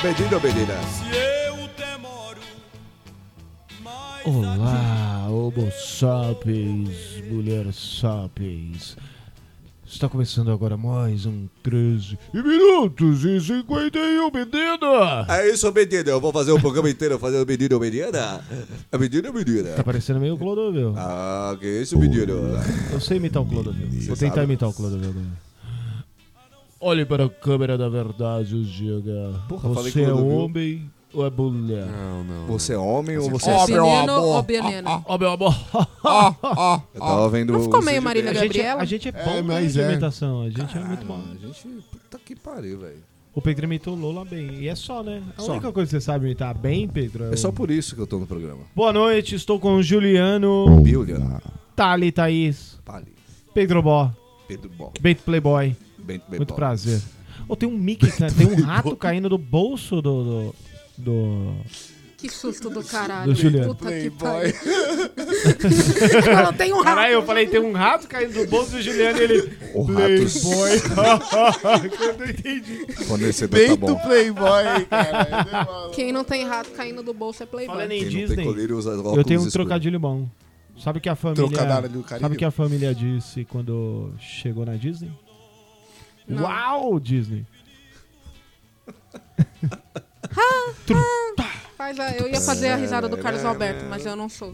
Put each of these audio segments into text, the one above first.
Pedido É ou pedida? Se eu demoro, mas Olá, homo sapiens, mulher sapiens. Está começando agora mais um 13 minutos e 51 medida. É isso, medida. Eu vou fazer o programa inteiro fazendo medida ou medida? É medida ou Tá medida? parecendo meio Clodovil. Ah, que isso, medida? Eu sei imitar o Clodovil. Vou tentar sabe? imitar o Clodovil agora. Olhe para a câmera da verdade, Giga. Porra, falei Você é Clodovil. homem ou é mulher? Você é homem ou você Ó, é... meu Veneno um amor. ou veneno? Ó, meu amor. Ó, ó, Eu ó. tava vendo... Não ficou o meio Cid Marília A Bem. gente, é- Gabriela? a gente é bom É, né, mas de é. imitação. A gente é muito bom. Ah, a gente... Puta que pariu, velho. O Pedro imitou o Lola bem. E é só, né? A Só. única coisa que você sabe imitar bem, Pedro. É só por isso que eu tô no programa. Boa noite, estou com o Juliano, Bíblia. Tali Thaís, Pali. Pedro Bó, Pedro Bom. Bento Playboy. Bem, bem Muito bom. prazer. Ô, tem um Mickey, ca- tem um rato caindo do bolso do. do, do- Que susto do caralho. Do Juliano. Puta que pariu. Ela tem um rato. Caralho, eu falei, tem um rato caindo do bolso do Juliano e ele. O rato Playboy. Eu não entendi. fornecedor tá Peito bom. Playboy, cara. Quem não tem rato caindo do bolso é Falando playboy. em Quem não tem Disney, colírio usa óculos eu tenho um escuros. trocadilho bom. Sabe o que a Trocadilho do família. Caribe? Sabe o que a família disse quando chegou na Disney? Não. Uau, Disney! Faz a- eu ia fazer a risada do Carlos Alberto, mas eu não sou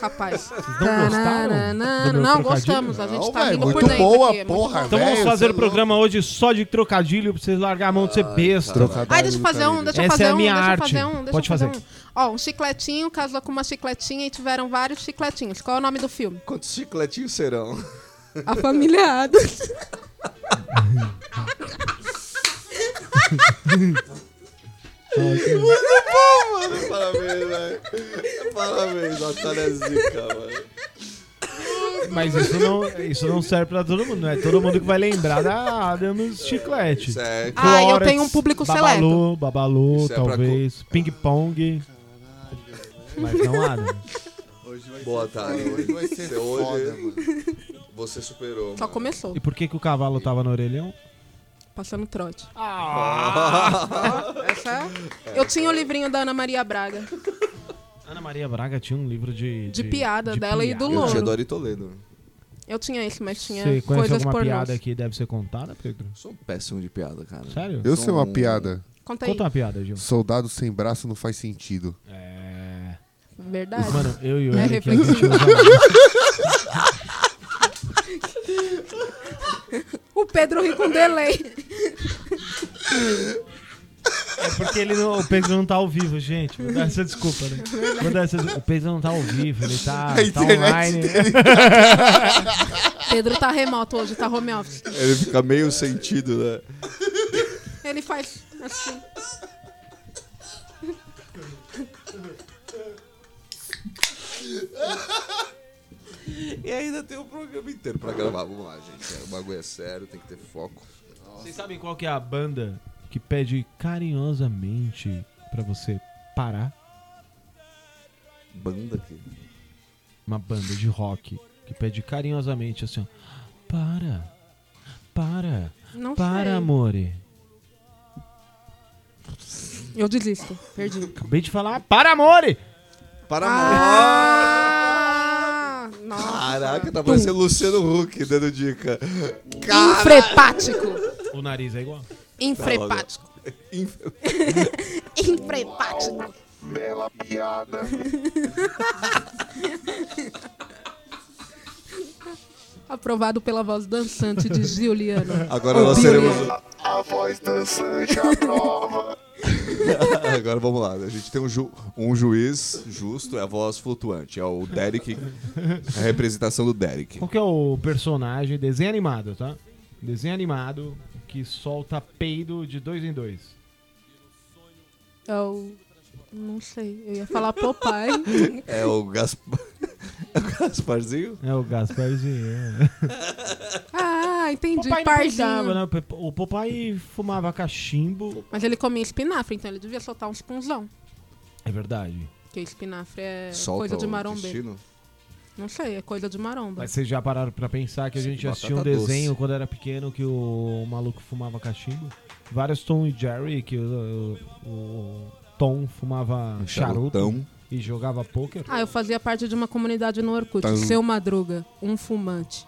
capaz. não gostaram do meu Não, trocadilho? gostamos. A gente tá Não, rindo velho, por muito dentro boa, aqui. é muito porra. bom. Então vamos Velho, fazer cê o programa hoje só de trocadilho pra vocês largar a mão de ser besta. Ai, deixa eu fazer um, deixa eu Essa fazer é a um, minha deixa eu arte. fazer um, deixa Pode eu fazer, fazer. um. Ó, um chicletinho casou com uma chicletinha e tiveram vários chicletinhos. Qual é o nome do filme? Quantos chicletinhos serão? A Família Adams. Parabéns, velho. Parabéns, Natália é zica, mano. Mas isso não, isso não serve pra todo mundo, não é todo mundo que vai lembrar da Adams Chiclete. Isso é... Ah, eu Clóris, tenho um público Babalu, seleto. Babalu, Isso é pra talvez, Ping Pong. Mas não Adams. Boa tarde. Hoje vai ser Você foda, hoje... mano. Você superou, Só mano. começou, E por que, que o cavalo tava no orelhão? passando trote. Ah. Essa é? Eu tinha o livrinho da Ana Maria Braga, Ana Maria Braga tinha um livro de... de piada dela e do Eu tinha um Louro. Dori Toledo. Eu tinha isso, mas tinha Você conhece coisas alguma por piada nós. que deve ser contada, Pedro? Sou um péssimo de piada, cara. Sério? Eu sei uma piada. Conta aí. Conta uma piada, Gil. Soldado sem braço não faz sentido. É... Verdade. Mano, eu e o É Eric, a reflexivo. gente usa... O Pedro ri com delay. É porque ele não- o Pedro não tá ao vivo, gente. Vou dar essa desculpa, né? Vou dar essa, o Pedro não tá ao vivo, ele tá, A tá internet online. Pedro tá remoto hoje, tá home office. Ele fica meio sentido, né? Ele faz assim. E ainda tem o programa inteiro pra gravar. Vamos lá, gente. O bagulho é sério, tem que ter foco. Vocês sabem qual que é a banda que pede carinhosamente pra você parar? Banda aqui. Uma banda de rock que pede carinhosamente assim, ó. Para, para, Não para, sei. amore. Eu desisto. Perdi. Acabei de falar, para, amore! Para Ah! Nossa. Caraca, tá parecendo Luciano Huck dando dica. Infrepático. O nariz é igual. Infrepático. Inf- Infrepático. Bela piada. Aprovado pela voz dançante de Giuliano. Agora nós teremos. A voz dançante à prova. Agora vamos lá. A gente tem um, ju- um juiz justo, é a voz flutuante. É o Derek. A representação do Derek. Qual que é o personagem? Desenho animado, tá? Desenho animado que solta peido de dois em dois. Eu não sei. Eu ia falar Popeye. É o Gaspar. É o Gasparzinho? É o Gasparzinho. é. Ah, O entendi. Popeye não peidava, Parzinho. né? O Popeye fumava cachimbo. Mas ele comia espinafre, então ele devia soltar uns punzão. É verdade. Porque espinafre é Solta coisa de o marombeiro. intestino. Não sei, é coisa de maromba. Mas vocês já pararam pra pensar que a gente Batata assistia um doce. desenho quando era pequeno que o maluco fumava cachimbo? vários Tom e Jerry, que o, o- o Tom fumava Um charuto Charutão. e jogava pôquer. Ah, eu fazia parte de uma comunidade no Orkut. Tá. Seu Madruga, um fumante.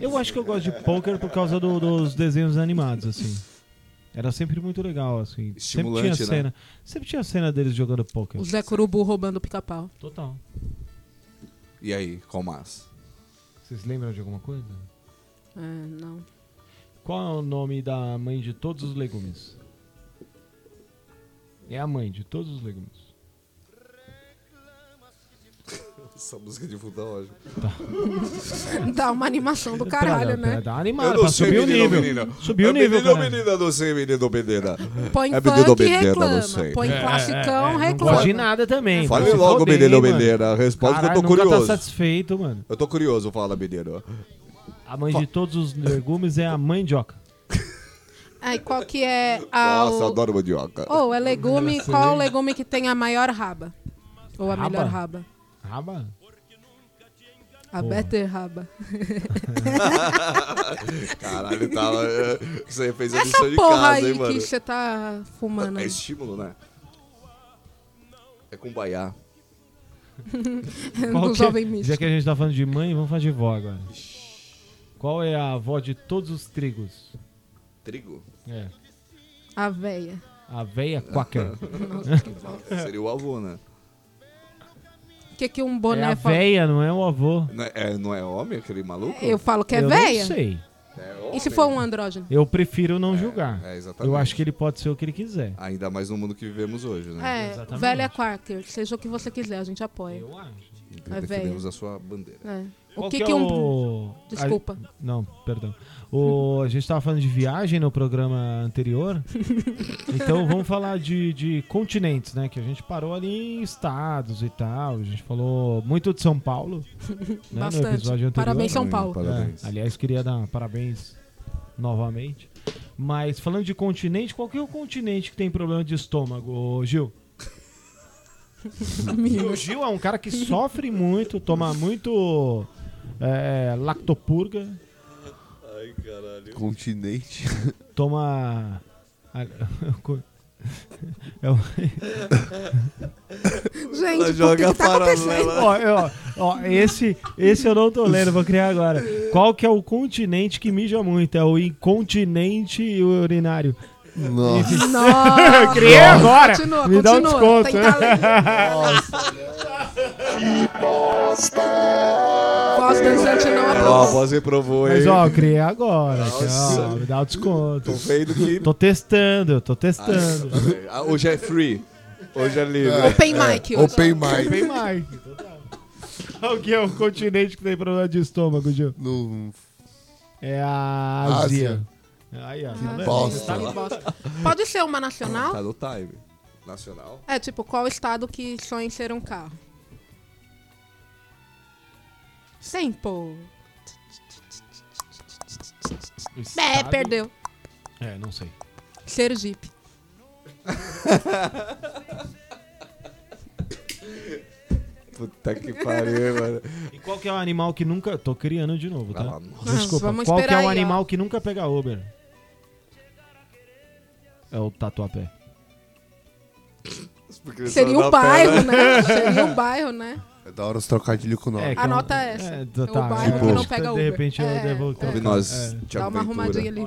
Eu acho que eu gosto de pôquer por causa do- dos desenhos animados, assim. Era sempre muito legal, assim. sempre Estimulante, tinha né? cena. Sempre tinha cena deles jogando pôquer. O Zé Curubu roubando o pica-pau. Total. E aí, qual mais? Vocês lembram de alguma coisa? É, não. Qual é o nome da mãe de todos os legumes? É a mãe de todos os legumes. Essa música de é futebol hoje. Dá uma animação do caralho, né? Dá animado é pra subir o nível. Subir o nível, É Menino, cara. menina, não sei, menino, menina. Põe É pedido funk e obediente, reclama. não sei. Põe classicão, É, Não reclama. gosto de nada também. Fale vai se logo, foder, menino, hein, mano. menina. Responde que eu Caralho, tô nunca curioso. tá satisfeito, mano. Eu tô curioso, fala, menino. A mãe de todos os legumes é a mandioca. Aí qual que é a. Nossa, adoro mandioca. Ou é legume, qual o legume que tem a maior raba? Ou a Raba? melhor raba? Raba? A better raba. Caralho, tava. eh, Você fez a Essa lição de porra casa, aí hein, mano. que você tá fumando. É aí. estímulo, né? É com baiá. Do que- é? jovem místico. Já que a gente tá falando de mãe, vamos falar de vó agora. Qual é a avó de todos os trigos? Trigo? É. A véia. A veia quaker. Seria o avô, né? O que, que um É a boné fala? veia, não é o avô. Não é, é- não é homem aquele maluco? Eu falo que é eu véia? não sei. É homem. E se for um andrógeno? Eu prefiro não julgar. é, exatamente. eu acho que ele pode ser o que ele quiser. Ainda mais no mundo que vivemos hoje, né? É, Exatamente. velha Quarker, seja o que você quiser, a gente apoia. Eu acho. é Defendemos a sua bandeira. É. O Qual que, que é que um. o... Desculpa. A- Não, perdão. O... A gente tava falando de viagem no programa anterior. então vamos falar de, de continentes, né? Que a gente parou ali em estados e tal. A gente falou muito de São Paulo. né, No Bastante. episódio anterior. Parabéns, São Hum, Paulo. Parabéns. É, aliás, queria dar parabéns novamente. Mas falando de continente, qual que é o continente que tem problema de estômago, ô, Gil? o Gil é um cara que sofre muito, toma muito é, lactopurga, Continente. toma. a- co- É o- Gente, joga que tá acontecendo? ó, é, ó, ó, esse, esse eu não tô lendo, vou criar agora. Qual que é o continente que mija muito? É o incontinente urinário. Nossa. Nossa! Criei agora! Continua, Me dá um continua. desconto. né? Tem talento. Voz dançante não é Ó, a aprova. voz reprovou, assim, hein? Mas ó, eu criei agora. aqui, ó, me dá o desconto. Tô vendo que. Tô testando, eu tô testando. Ah, Hoje é free. Hoje é livre. Open mic. hoje. Open mic. Tem mais. O que é o continente que tem problema de estômago, Gil? No... É a Ásia. Ásia. Aí, ó. Ah, tá vendo? bosta. Tá ligado? Pode ser uma nacional? Tá no time. Nacional. É, tipo, qual estado que sonha em ser um carro? Simple. É, Estado- perdeu. É, não sei. Sergipe. Puta que pariu, mano. E qual que é o animal que nunca. Tô criando de novo, Vai tá? lá, Desculpa. Vamos qual que é esperar o aí, ó. animal que nunca pega Uber? É o tatuapé. porque Seria só o dá pé, bairro, né? Seria o bairro, né? É da hora os trocadilhos com o nome. É, que Anota é um- essa. É, É tá, o tá, bairro é, que não pega De Uber. repente eu É, devo. é. Ouve Tipo, nós, Thiago Dá uma Ventura. arrumadinha ali.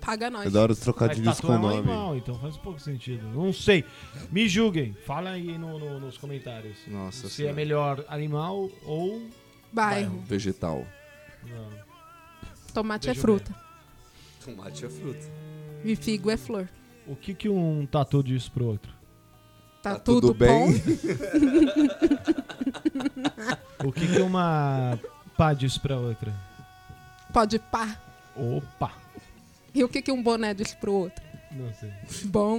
Tá Paga nós. É da hora os Tá Mas trocadilhos tatu com é o um nome. animal, então faz pouco sentido. Não sei. Me julguem. Fala aí no- no- nos comentários. Nossa se é Senhora. melhor animal ou. Bairro. Vegetal. Não. Tomate é Deixa eu fruta. Tomate é fruta. E figo é flor. O que, que um tatu diz pro outro? Tá, Tá tudo, tudo bem? bom. O que, que uma pá diz pra outra? Pode pá. Opa! E o que, que um boné diz pro outro? Não sei. Bom,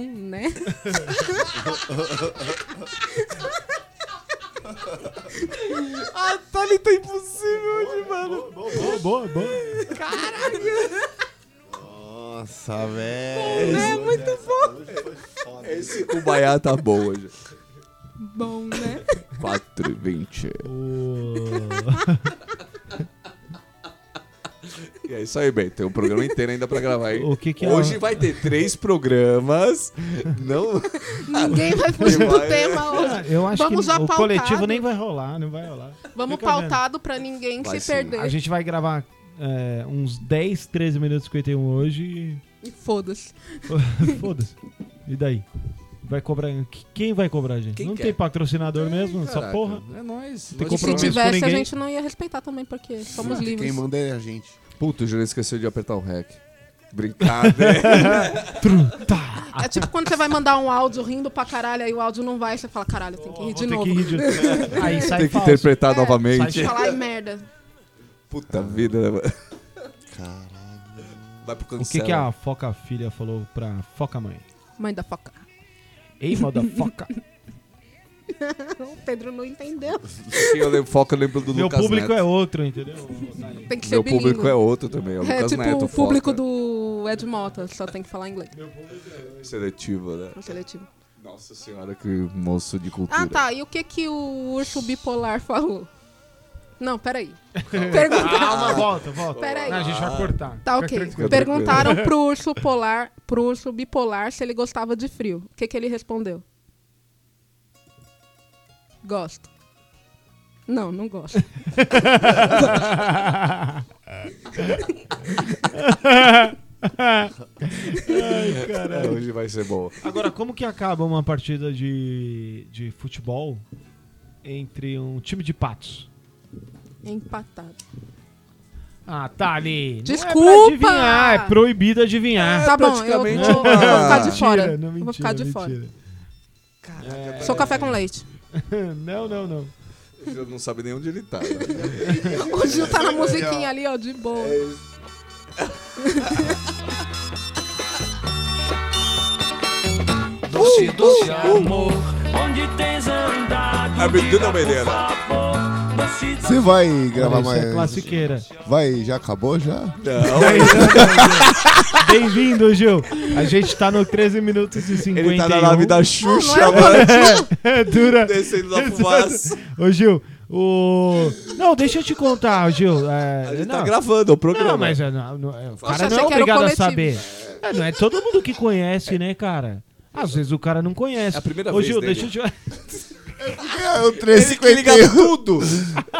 né? Boa, boa, boa. Nossa, velho. É Esse Kumbaya tá bom hoje. Bom, né? Oh. 4 e 20. O... E é isso aí, bem. Tem um programa inteiro ainda pra gravar, hein? O que que é Hoje a- vai ter três programas. Não. Ninguém vai fugir do Vai, é. tema hoje. Ah, Eu acho Vamos que já o pautado. né? coletivo nem vai rolar, não vai rolar. Vamos Fica vendo. pautado pra ninguém Vai se sim. A perder. gente vai gravar é, uns 10, 13 minutos e 51 hoje E Foda-se. e. Foda-se. E daí? Vai cobrar. qu- Quem vai cobrar, gente? Quem não quer? tem patrocinador mesmo? Essa Caraca, porra. É nóis. Tem Nós Se compromisso somos- com tivesse, a ninguém. gente não ia respeitar também, porque somos livres. Quem manda é a gente. Puta, o Júlio esqueceu de apertar o REC. Brincadeira. É tipo quando você vai mandar um áudio rindo pra caralho, aí o áudio não vai, você fala, caralho, tem que rir de Vou ter novo. que rir de novo. Aí sai Tem que falso. interpretar É, novamente. Falar em merda. Puta vida, né, mano? Caralho. Vai pro O que, cancela. que a foca filha falou pra foca mãe? Mãe da foca. Ei, foca. O Pedro não entendeu. Quem eu lembro, é foca, eu lembro do Meu Lucas público Neto. é outro, entendeu? Tem que ser Meu bilíngue. público é outro também. É o É Lucas tipo Neto. o público foca. do Ed Mota, só tem que falar inglês. Seletivo, né? no seletivo. Nossa senhora, que moço de cultura. Ah, tá. E o que que o urso bipolar falou? Não, peraí. Perguntaram. Calma, volta, volta. Peraí. Ah, Não, a gente vai cortar. Tá, Fica ok. tranquilo. Perguntaram pro urso polar, pro urso bipolar se ele gostava de frio. O que que ele respondeu? Gosto. Não, não gosto. Ai, É, caralho. hoje vai ser bom. Agora, como que acaba uma partida de, de futebol entre um time de patos? Empatado. Ah, tá ali. Não é pra Desculpa! adivinhar, é proibido adivinhar. tá bom, eu vou, praticamente eu vou uma- ficar de Mentira, fora. não, mentira, vou ficar de mentira. fora. Sou café com leite. não, não, não. O Gil não sabe nem onde ele tá. né? O Gil tá na musiquinha ali, ó, de boa. É. Doce, doce amor, onde tens andado? A menina Diga, por Helena. favor, doce, doce Você vai gravar Isso é mais. classiqueira. Vai, já acabou já? Não, Bem-vindo, Gil. A gente tá no 13 minutos e 51. ele tá na nave da Xuxa, Não, não é mano. Dura. Descendo na é fumaça. Ô, Gil, o... Não, deixa eu te contar, Gil. É... A gente não. tá gravando o programa. Não, mas é, não, não, é, o cara achei não é que era obrigado o a coletivo. saber. É, não é todo mundo que conhece, né, cara? Às vezes o cara não conhece. É a primeira Ô, vez Gil, dele. deixa eu te... É, o Ele que liga um. um. tudo.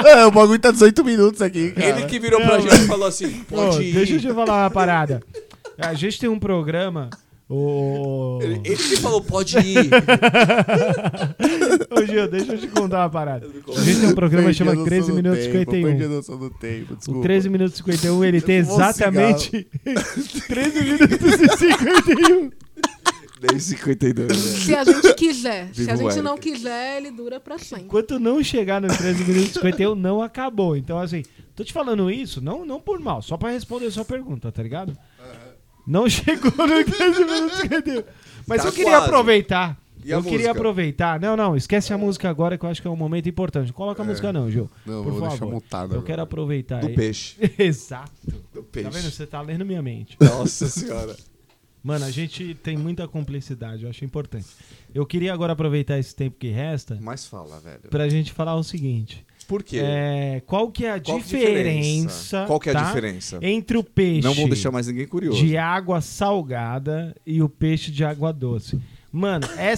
É, o bagulho tá 18 minutos aqui, cara. Ele que virou pra gente e falou assim, Ô, pode ir. deixa eu te falar uma parada. A gente tem um programa... Ô, Ele, ele que falou, pode ir. Ô Gil, deixa eu te contar uma parada. A gente tem um programa que Perdi chama a noção 13 do minutos tempo, 51. Perdi a noção do tempo, O desculpa. 13 minutos e 51, ele tem fumou um exatamente 13 minutos e 51. 10 52 Se a gente quiser. Se Viva a o gente Eric. não quiser, ele dura pra sempre. Enquanto não chegar no 13 minutos e 51, não acabou. Então, assim, tô te falando isso, não, não por mal, só pra responder a sua pergunta, tá ligado? Não chegou no 13 minutos e 51. Mas Tá eu queria quase. aproveitar. E a eu queria música? aproveitar. Não, não, esquece a música agora que eu acho que é um momento importante. Não Coloca a música, não, Gil. Não, por vou deixar favor. montado Eu agora. quero aproveitar. Do aí. peixe. Exato. Do Tá vendo? peixe. Você tá lendo minha mente. Nossa senhora. Mano, a gente tem muita cumplicidade, eu acho importante. Eu queria agora aproveitar esse tempo que resta Mas fala, velho. pra gente falar o seguinte. Por quê? É, qual que é a Qual que diferença, Qual que é a tá, diferença? entre o peixe Não vou deixar mais ninguém curioso. de água salgada e o peixe de água doce? Mano, é